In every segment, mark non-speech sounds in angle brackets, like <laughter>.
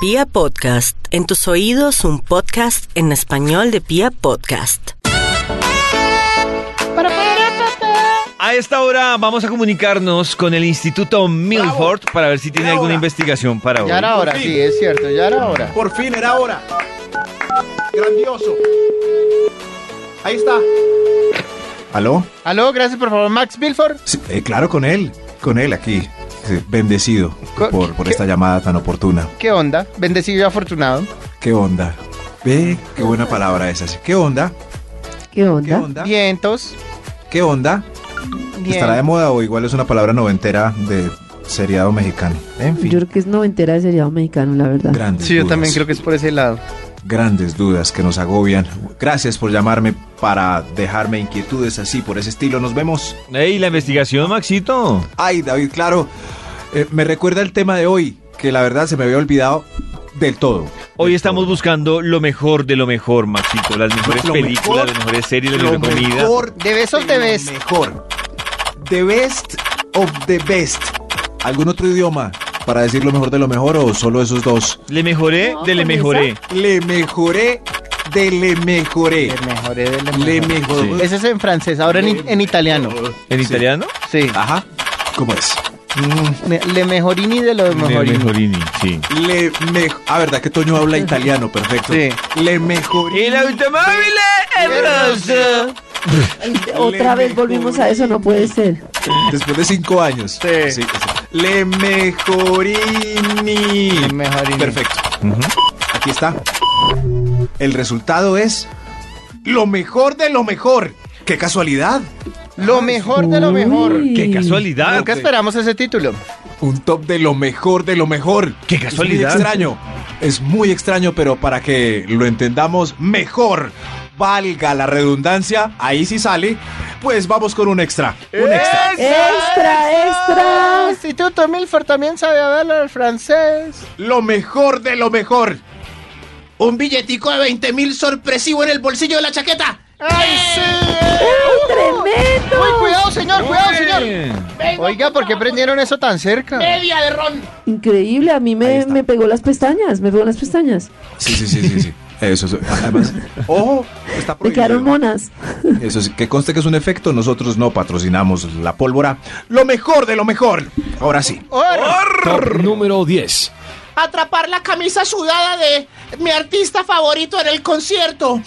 Pia Podcast, en tus oídos un podcast en español de Pia Podcast. A esta hora vamos a comunicarnos con el Instituto Milford para ver si tiene Bravo. alguna investigación para hoy. Ya era hora, Sí. sí, es cierto, ya era hora. Por fin era hora. Grandioso. Ahí está. ¿Aló? Aló, gracias por favor, Max Milford. Sí, eh, claro, con él. Con él aquí. Sí, Bendecido Co- por, por ¿qué? esta llamada tan oportuna. ¿Qué onda? Bendecido y afortunado. ¿Qué onda? Ve, qué Ah. buena palabra esa. sí. ¿Qué onda? ¿Qué ¿Qué onda? onda? Vientos. ¿Qué onda? bien. ¿Estará de moda o igual es una palabra noventera de seriado mexicano? En fin. Yo creo que es noventera de seriado mexicano, la verdad. Grandes Sí, yo dudas, también creo que es por ese lado. Grandes dudas que nos agobian. Gracias por llamarme para dejarme inquietudes así por ese estilo. Nos vemos. Ey, la investigación, Maxito. Ay, David, claro. Eh, me recuerda el tema de hoy, que la verdad se me había olvidado del todo. Hoy Del estamos todo. buscando lo mejor de lo mejor, Maxito. Las mejores Lo películas, mejor, las mejores series, la lo mejor comida. mejor De besos, de de lo best. Mejor. The best of the best. ¿Algún otro idioma para decir lo mejor de lo mejor o solo esos dos? Le mejoré, No, de le con mejoré. Le mejoré de le mejoré. Le mejoré, de le Le mejoré. mejoré. Ese es en francés, ahora en, en italiano. ¿En Sí. italiano? Sí. Ajá. ¿Cómo es? Ne- Le mejorini de lo Le mejorini. mejorini, sí. Le mejoré. Ah, verdad que Toño habla italiano, perfecto. Sí. Le mejoré. El automóvil es rosa. Otra vez volvimos a eso, no puede ser. Después de cinco años. Sí. sí. Le mejorini. Le mejorini. Perfecto. Aquí está. El resultado es lo mejor de lo mejor. ¡Qué casualidad! Lo mejor de lo mejor. Uy. ¡Qué casualidad! Nunca esperamos ese título. Un top de lo mejor de lo mejor. ¡Qué Es casualidad! muy extraño. Es muy extraño, pero para que lo entendamos mejor, valga la redundancia, ahí sí sale, pues vamos con un extra. Eh, Un extra. ¡Extra, Ah, extra! Instituto Milford también sabe hablar francés. Lo mejor de lo mejor. Un billetico de 20 mil sorpresivo en el bolsillo de la chaqueta. ¡Ay, sí! ¡Uh, eh! ¡Tremendo! ¡Uy, cuidado, señor! ¡Cuidado, señor! Vengo Oiga, ¿por qué prendieron eso tan cerca? media de ron. Increíble, a mí Ahí me, está. me pegó las pestañas, me pegó las pestañas. Sí, sí, sí, sí, sí. Eso es. Además, ojo, está Me prohibido. quedaron monas. Eso sí, que conste que es un efecto, nosotros no patrocinamos la pólvora. Lo mejor de lo mejor. Ahora sí. ¡Or! Atrapar la camisa sudada de mi artista favorito en el concierto.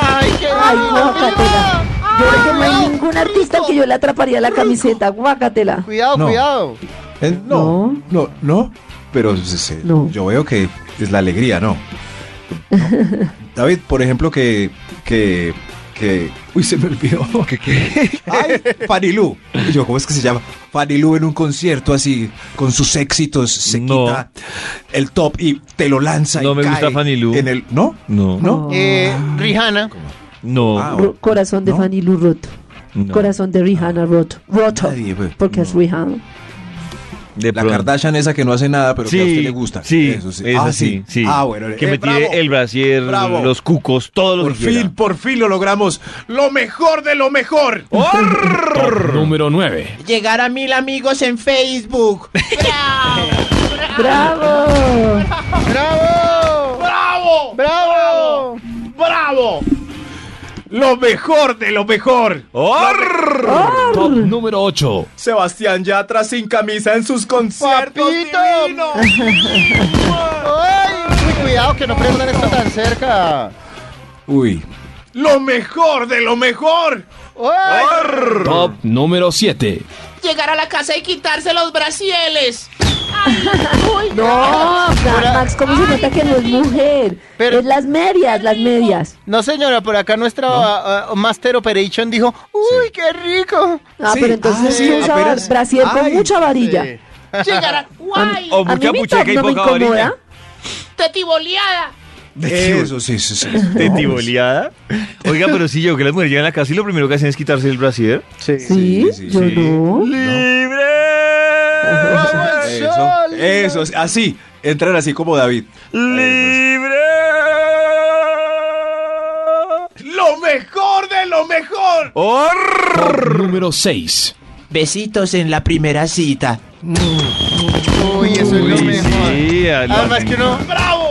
¡Ay, qué ¡Ay, bonito! guácatela! Yo creo que no hay Ay, ningún artista al que yo le atraparía la camiseta. ¡Guácatela! Cuidado, No. cuidado. Eh, no, no, no. Pero sí, sí, No. yo veo que es la alegría, ¿no? David, por ejemplo, que. que. que. Uy, se me olvidó. <laughs> ¿Qué, ay Fanilú. Y Yo, ¿cómo es que se llama? Fanilú en un concierto así, con sus éxitos, se No. quita el top y te lo lanza. y No me cae gusta Fanny Lu. En el, ¿No? No, no, Oh. Eh, Rihanna. no. Ah, Ro- corazón de ¿No? Fanny Lou roto. Corazón de Rihanna roto. Roto. Nadie, pues. Porque es Rihanna. De La pronto. Kardashian esa que no hace nada, pero que a usted le gusta. Sí, Eso sí. esa Ah, sí, sí. Ah, bueno. Que eh, me tire bravo. el brasier, Bravo. los cucos, todo lo Por que quiera. fin, por fin lo logramos. Lo mejor de lo mejor. Número 9. <laughs> Llegar a mil amigos en Facebook. ¡Bravo! ¡Bravo! ¡Bravo! ¡Bravo! ¡Bravo! Lo mejor de lo mejor. ¡Orr! Top número 8. Sebastián Yatra sin camisa en sus conciertos. ¡Papito! divino. ¡Ay! uy, cuidado, que no prendan esto tan cerca. Uy. Lo mejor de lo mejor. ¡Ay! Top número 7. Llegar a la casa y quitarse los brasieles. No, Ma- Max, ¿cómo se nota que no es mujer? Pero- es las medias, las medias. No, señora, por acá nuestra ah, ah, Master Operation dijo, ¡Uy, qué rico! Ah, Sí, pero entonces ah, sí, sí usa apenas- brasier con ay, mucha varilla. Sí. <laughs> Llegar a... ¡Guay! Oh. O A mí mucha mi pucheca top y no me poca varilla. incomoda. ¡Tetiboleada! Eso sí, sí, sí. ¿De tiboleada? Oiga, pero sí, yo creo que las mujeres llegan a la casa y lo primero que hacen es quitarse el brasier. Sí. Sí, sí, yo sí. <laughs> no. ¡Libre! ¡Vamos al Eso, sol! eso, así. Entran así como David. ¡Libre! Lo mejor de lo mejor. ¡Orr! Top número 6. Besitos en la primera cita. Uy, eso es lo Uy, mejor. sí, a- lo Además hacen- que uno,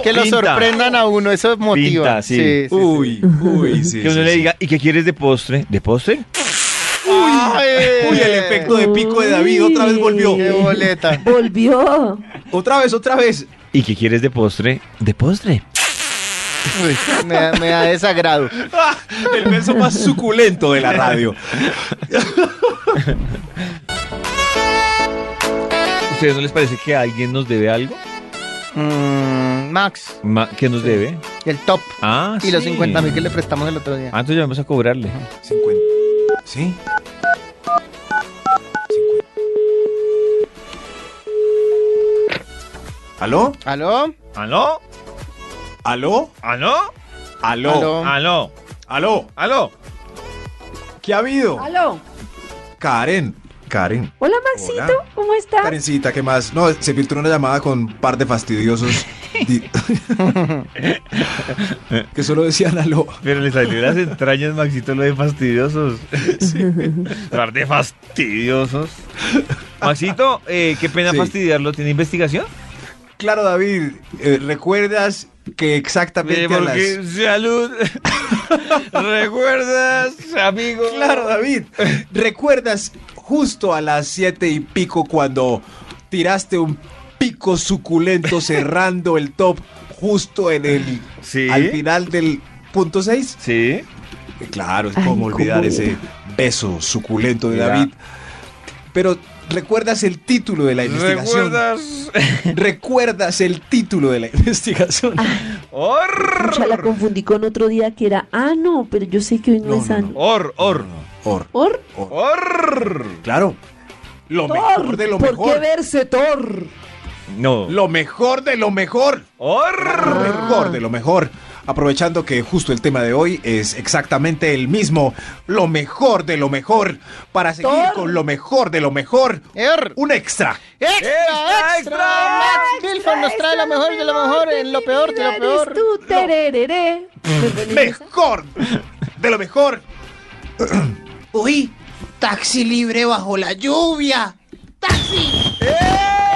que lo Pinta. sorprendan a uno, eso motiva. Pinta, sí. Uy, uy, sí. Que uno sí, le sí. diga, ¿y qué quieres de postre? ¿De postre? Ay, Uy, el efecto de pico de David otra vez volvió. Qué boleta. Volvió. Otra vez, otra vez. ¿Y qué quieres de postre? De postre. Uy, me, da- me da desagrado. El verso más suculento de la radio. ¿Ustedes no les parece que alguien nos debe algo? Mm, Max, Ma- ¿Qué nos debe? el top. Ah, Y los sí. 50 mil que le prestamos el otro día. Ah, entonces ya vamos a cobrarle. 50. ¿Sí? 50. ¿Aló? ¿Aló? ¿Aló? ¿Aló? ¿Aló? ¿Aló? ¿Aló? ¿Aló? ¿Aló? ¿Aló? ¿Qué ha habido? Aló. Karen. Karen. Hola, Maxito. Hola. ¿Cómo estás? Karencita, ¿qué más? No, se filtró una llamada con un par de fastidiosos di- que solo decían aló. Pero le salió las entrañas, Maxito, lo de fastidiosos. <laughs> Hablar de fastidiosos. Maxito, eh, qué pena Sí. fastidiarlo. ¿Tiene investigación? Claro, David, eh, ¿recuerdas que exactamente a las... Eh, porque salud. <laughs> ¿Recuerdas, amigo? Claro, <laughs> David. ¿Recuerdas justo a las siete y pico cuando tiraste un pico <laughs> suculento cerrando el top justo en el Sí. al final del punto 6? Sí. Claro, es Ay, como olvidar cómo ese beso suculento de Mira. David. Pero ¿recuerdas el título de la investigación? ¿Recuerdas? <laughs> ¿Recuerdas el título de la <laughs> investigación? Ah. Or. Pucha, la confundí con otro día que era. Ah, no, pero yo sé que hoy no, No, es no, ano. no. Or, or. Or, Or, Or. claro. Lo mejor Thor. de lo ¿Por qué mejor. verse Thor? No. Lo mejor de lo mejor. Or. Lo mejor de lo mejor. Aprovechando que justo el tema de hoy es exactamente el mismo, lo mejor de lo mejor, para seguir Todo. con lo mejor de lo mejor, Er. un extra. Extra, Extra, extra. extra. Max Milford nos trae lo mejor de lo mejor en lo peor de lo Eres peor. tú, tererere. Perdón, ¿es esa? Mejor de lo mejor. <clears throat> Uy, taxi libre bajo la lluvia. ¡Taxi! ¡Eh!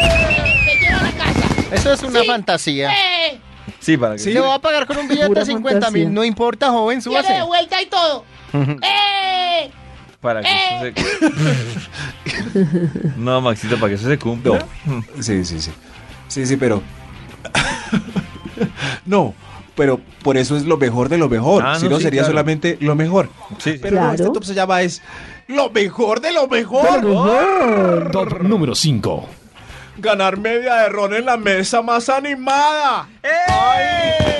¡Me lleva a la casa! Eso es una Sí. fantasía. ¡Eh! Sí, para que. Sí. Le va a pagar con un billete Pura de 50 mil. fantasía. No importa, joven, ¡Tiene de súbase. vuelta y todo! ¡Eh! Para que Eh. eso se... <laughs> No, Maxito, para que eso se cumpla. Sí, sí, sí. Sí, sí, pero. <laughs> no, pero por eso es lo mejor de lo mejor. Ah, si no, no, sí, sería claro. solamente lo mejor. Sí, sí. Pero no, Claro. este top se llama es lo mejor de lo mejor. Top número 5. Ganar media de ron en la mesa más animada. ¡Eh!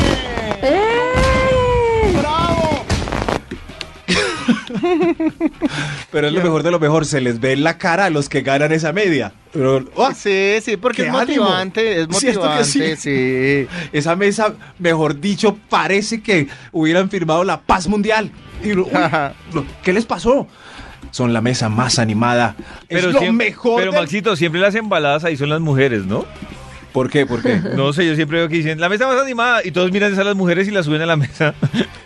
Pero es lo mejor de lo mejor, se les ve en la cara a los que ganan esa media. Pero, ¡ah! Oh, Sí, sí, porque ¡Qué es ánimo! motivante, es ¿Cierto que motivante, sí. Esa mesa, mejor dicho, parece que hubieran firmado la paz mundial. <laughs> Y uno, uy, Ajá. ¿Qué les pasó? Son la mesa más animada. Pero es lo siem- mejor. Pero del- Maxito, siempre las embaladas ahí son las mujeres, ¿no? ¿Por qué? <laughs> ¿Por qué? No sé, yo siempre veo que dicen, la mesa más animada, y todos miran a las mujeres y las suben a la mesa.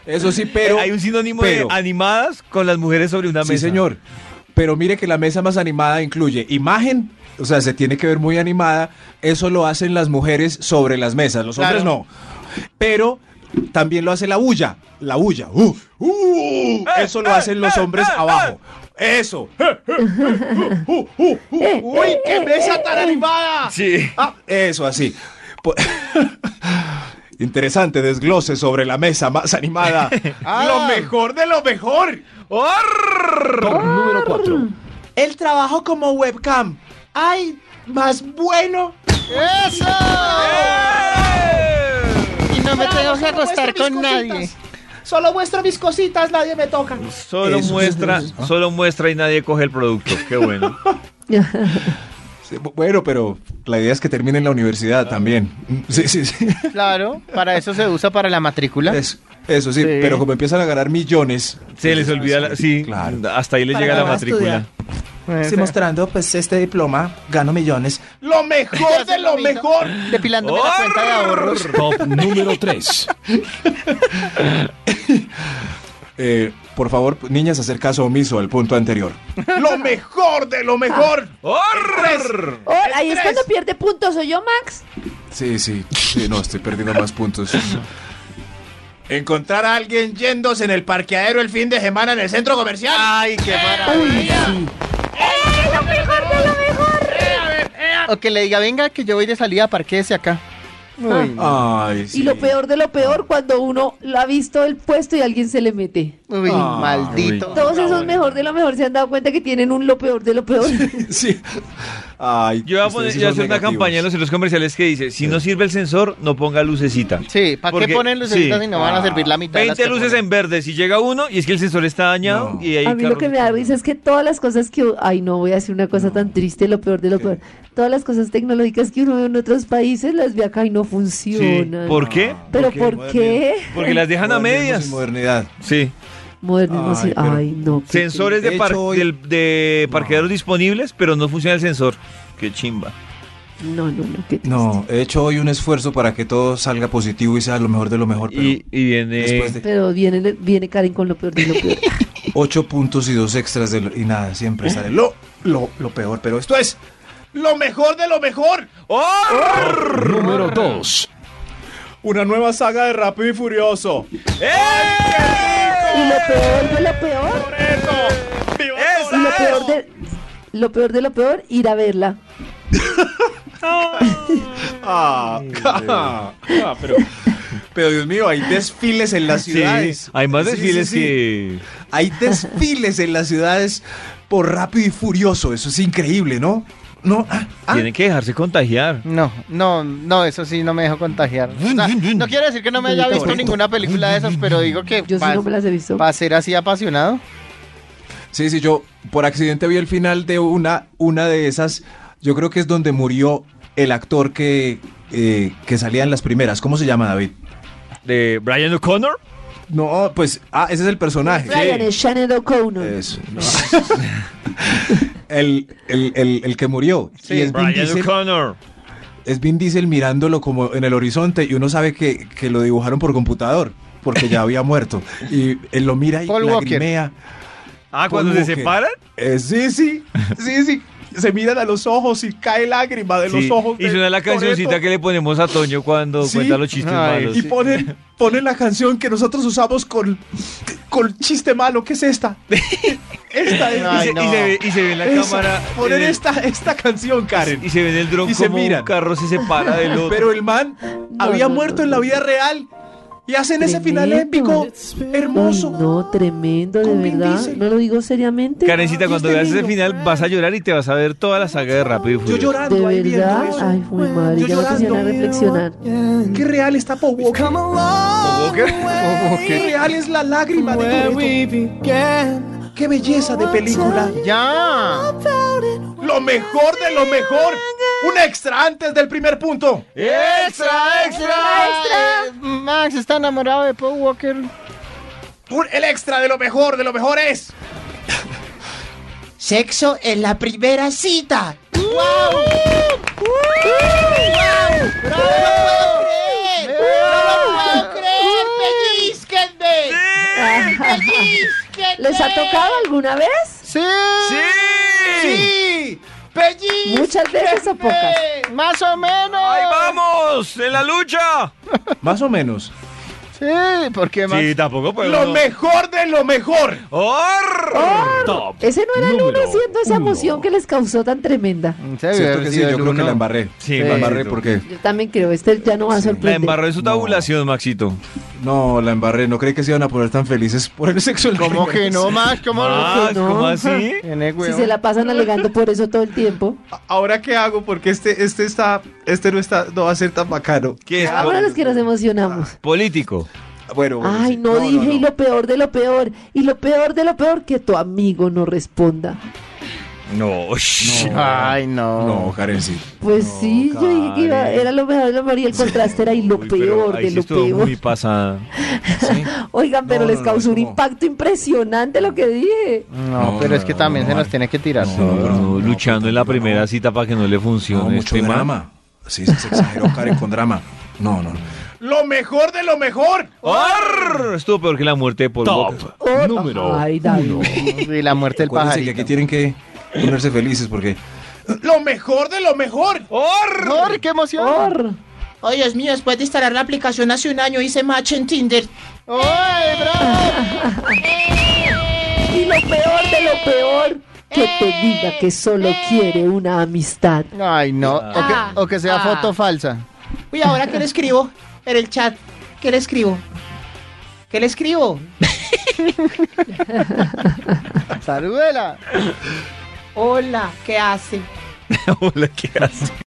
Eso sí, <laughs> pero. Hay un sinónimo pero- de animadas con las mujeres sobre una Sí, mesa. señor. Pero mire que la mesa más animada incluye imagen, o sea, se tiene que ver muy animada. Eso lo hacen las mujeres sobre las mesas, los hombres Claro. no. Pero también lo hace la bulla, la bulla. ¡Uh! ¡Uh! eso lo hacen los hombres abajo. <laughs> Eso. eh, ¡Uh! ¡Uh! ¡Uh! ¡Uy, qué mesa tan animada! Sí. Ah, eso así. Po- <laughs> Interesante desglose sobre la mesa más animada. Ah. Lo mejor de lo mejor. Top número 4. El trabajo como webcam. ¡Ay! Más bueno. ¡Eso! Y no me tengo que acostar con nadie. Solo muestro mis cositas, nadie me toca. Solo Eso, muestra, eso, eso. solo muestra y nadie coge el producto. Qué bueno. Sí, bu- bueno, pero la idea es que termine en la universidad también. Mm, Sí, sí, sí. Claro, para eso se usa para la matrícula. Eso, eso sí, Sí. pero como empiezan a ganar millones. Se les olvida, la- sí, Claro. hasta ahí les Para llega la nada matrícula. Eh, Sí, mostrando pues este diploma, gano millones. Lo mejor <laughs> Hacen de lo lo mismo. mejor. Depilándome la cuenta de ahorros. Top número 3. <laughs> Eh, Por favor, niñas, hacer caso omiso al punto anterior. ¡Lo mejor de lo mejor! ¡Horror! Oh, ahí es cuando pierde puntos, soy yo, Max. Sí, sí, sí, no, estoy perdiendo más puntos. Encontrar a alguien yéndose en el parqueadero el fin de semana en el centro comercial. ¡Ay, qué maravilla! ¡Lo mejor de lo mejor! O que le diga, venga, que yo voy de salida, parquéese acá. Ah. Uy, Ay, sí. Ah. Y lo peor de lo peor, cuando uno lo ha visto el puesto y alguien se le mete. uy, Ah, maldito. Todos esos mejor de lo mejor se han dado cuenta que tienen un lo peor de lo peor. Sí. Ay, Yo voy a, poner- ustedes sí yo voy a hacer una son negativos. campaña en los centros comerciales que dice, si no sirve el sensor, no ponga lucecita. Sí, ¿para qué Porque- ponen lucecitas sí. si no van a servir la mitad? de las 20 que luces ponen? en verde, si llega uno y es que el sensor está dañado No. y ahí <laughs> A mí lo carros- que me da risa es que todas las cosas que... Ay, no, voy a decir una cosa tan triste, lo peor de lo peor. Todas las cosas tecnológicas que uno ve en otros países las ve acá y no Sí. funcionan. ¿Por qué? ¿Pero Porque por qué? Porque las dejan a Modernismo sin medias. Modernidad. Sí. Modernismo, Ay, sí. pero- Ay, no. qué Sensores De de, par- hecho, hoy- del- de parqueaderos disponibles, pero no funciona el sensor. Qué chimba. triste. No, no, no, qué triste. No, he hecho hoy un esfuerzo para que todo salga positivo y sea lo mejor de lo mejor, pero Y, y viene... después de Pero viene, viene Karen con lo peor de lo peor. ocho puntos y dos extras de lo- y nada, siempre sale lo, lo, lo peor, pero esto es Lo mejor de lo mejor. ¡Oh! Número 2. una nueva saga de Rápido y Furioso. y lo peor de lo peor. Y lo peor de lo peor de lo peor, ir a verla. Ah, ah, ah, pero, pero Dios mío, hay desfiles en las Sí, ciudades. hay más Sí, desfiles sí, sí. que... Hay desfiles en las ciudades por Rápido y Furioso, eso es increíble, ¿no? No, ah, ah, Tienen que dejarse contagiar. No, no, no, eso sí no me dejó contagiar. O sea, no quiero decir que no me haya visto Bonito. ninguna película de esas, pero digo que Yo sí no me las he visto. para ser así apasionado. Sí, sí, yo por accidente vi el final de una, una de esas. Yo creo que es donde murió el actor que, eh, que salía en las primeras. ¿Cómo se llama, David? ¿De Brian O'Connor? No, pues, ah, ese es el personaje. Brian es Shannon O'Connor. Eso, no. <laughs> el, el- el- el que murió. Y es Vin, Brian Diesel, O'Connor. es Vin Diesel mirándolo como en el horizonte y uno sabe que, que lo dibujaron por computador porque ya había muerto. Y él lo mira y Paul Walker. lagrimea. Ah, Paul cuando se Walker. separan. Eh, <laughs> sí, sí, sí, sí. Se miran a los ojos y cae lágrima de Sí, los ojos. Y de suena la cancioncita Toretto. que le ponemos a Toño cuando Sí. cuenta los chistes Ay, malos. Y ponen, ponen la canción que nosotros usamos con, con chiste malo, que <laughs> es esta. Esta es. Y se, Ay, y no. se ve, y se ve en la esa. cámara. eh, Ponen en el- esta, esta canción, Karen. Y se ve en el dron y se como un miran. carro se separa <laughs> del otro. Pero el man había no, no, muerto en no. la vida real. Y hacen ese final Tremendo. épico, hermoso. Ay, no, tremendo, de Con Vin verdad. Diesel. No lo digo seriamente. Karencita, cuando este veas ese niño. final vas a llorar y te vas a ver toda la saga de Rápido y Yo Furioso. llorando ahí de viendo verdad. eso. Ay, muy madre. Yo Ya me pusieron a llorando. reflexionar. Qué real está Paul Walker. Qué real es la lágrima de Toretto. Qué belleza de película. Ya. Lo mejor de lo mejor. Un extra antes del primer punto. Extra, extra, extra. Max está enamorado de Paul Walker. Un- el extra de lo mejor, de lo mejor es. Sexo en la primera cita. Eh, ¡No lo Eh. puedo creer! ¡Pellizquenme! Ah, <laughs> ¡Pellizquenme! ¿Les ha tocado alguna vez? Sí. ¡Sí! Sí. Pellizque. Muchas veces o pocas. Más o menos. ¡Ahí vamos! ¡En la lucha! Más o menos. Sí, porque más. Sí, tampoco puedo. Lo mejor de lo mejor. Top. Ese no era el uno número haciendo esa uno. emoción que les causó tan tremenda. Se Cierto vio que sí, sido yo el creo que uno. la embarré. Sí, la embarré Maxito. porque. Yo también creo, este ya no va a La sorprender. embarró en su tabulación, Maxito. No, la embarré. No creí que se iban a poner tan felices por el sexo. en la ¿Cómo primera que no, cita. Max? ¿Cómo Ah, no? ¿cómo así? <laughs> Tiene Si huevo. se la pasan alegando por eso todo el tiempo. Ahora qué hago porque este, este está, este no está, no va a ser tan bacano. ¿Qué es? Ahora los que nos emocionamos. Político. Bueno, bueno, Ay, sí. no dije, y Ah, no. lo peor de lo peor, y lo peor de lo peor, que tu amigo no responda. No, shh. Ay, no. No, Karen, sí. Pues No, sí, yo dije que iba- Karen. era lo mejor de lo mejor, y el contraste era y lo Uy, pero peor ahí de sí lo estuvo peor. muy pasada. <laughs> Oigan, pero No, les no, no, causó es un como- impacto impresionante lo que dije. No, No, pero es que no, también no, se nos no. tiene que tirar. No, No, pero no, luchando pero en la no. primera cita para que no le funcione No, mucho este man. drama. Sí, se exageró Karen con drama. No, no. lo mejor de lo mejor. ¡Arr! Estuvo peor que la muerte por Top Oh, número ay, David. uno. Y la muerte del Acuérdense que aquí pajarito. tienen que ponerse felices porque Lo mejor de lo mejor. ¡Or, qué emoción! Or. Ay, Dios mío, después de instalar la aplicación hace un año hice match en Tinder. ¡Ay, bro! Y lo peor de lo peor, que te diga que solo quiere una amistad. Ay, no. O que, o que sea foto falsa. Uy, ¿ahora qué le escribo? En el chat, ¿qué le escribo? ¿Qué le escribo? Salúdela. Hola, ¿qué hace? <laughs> Hola, ¿qué hace?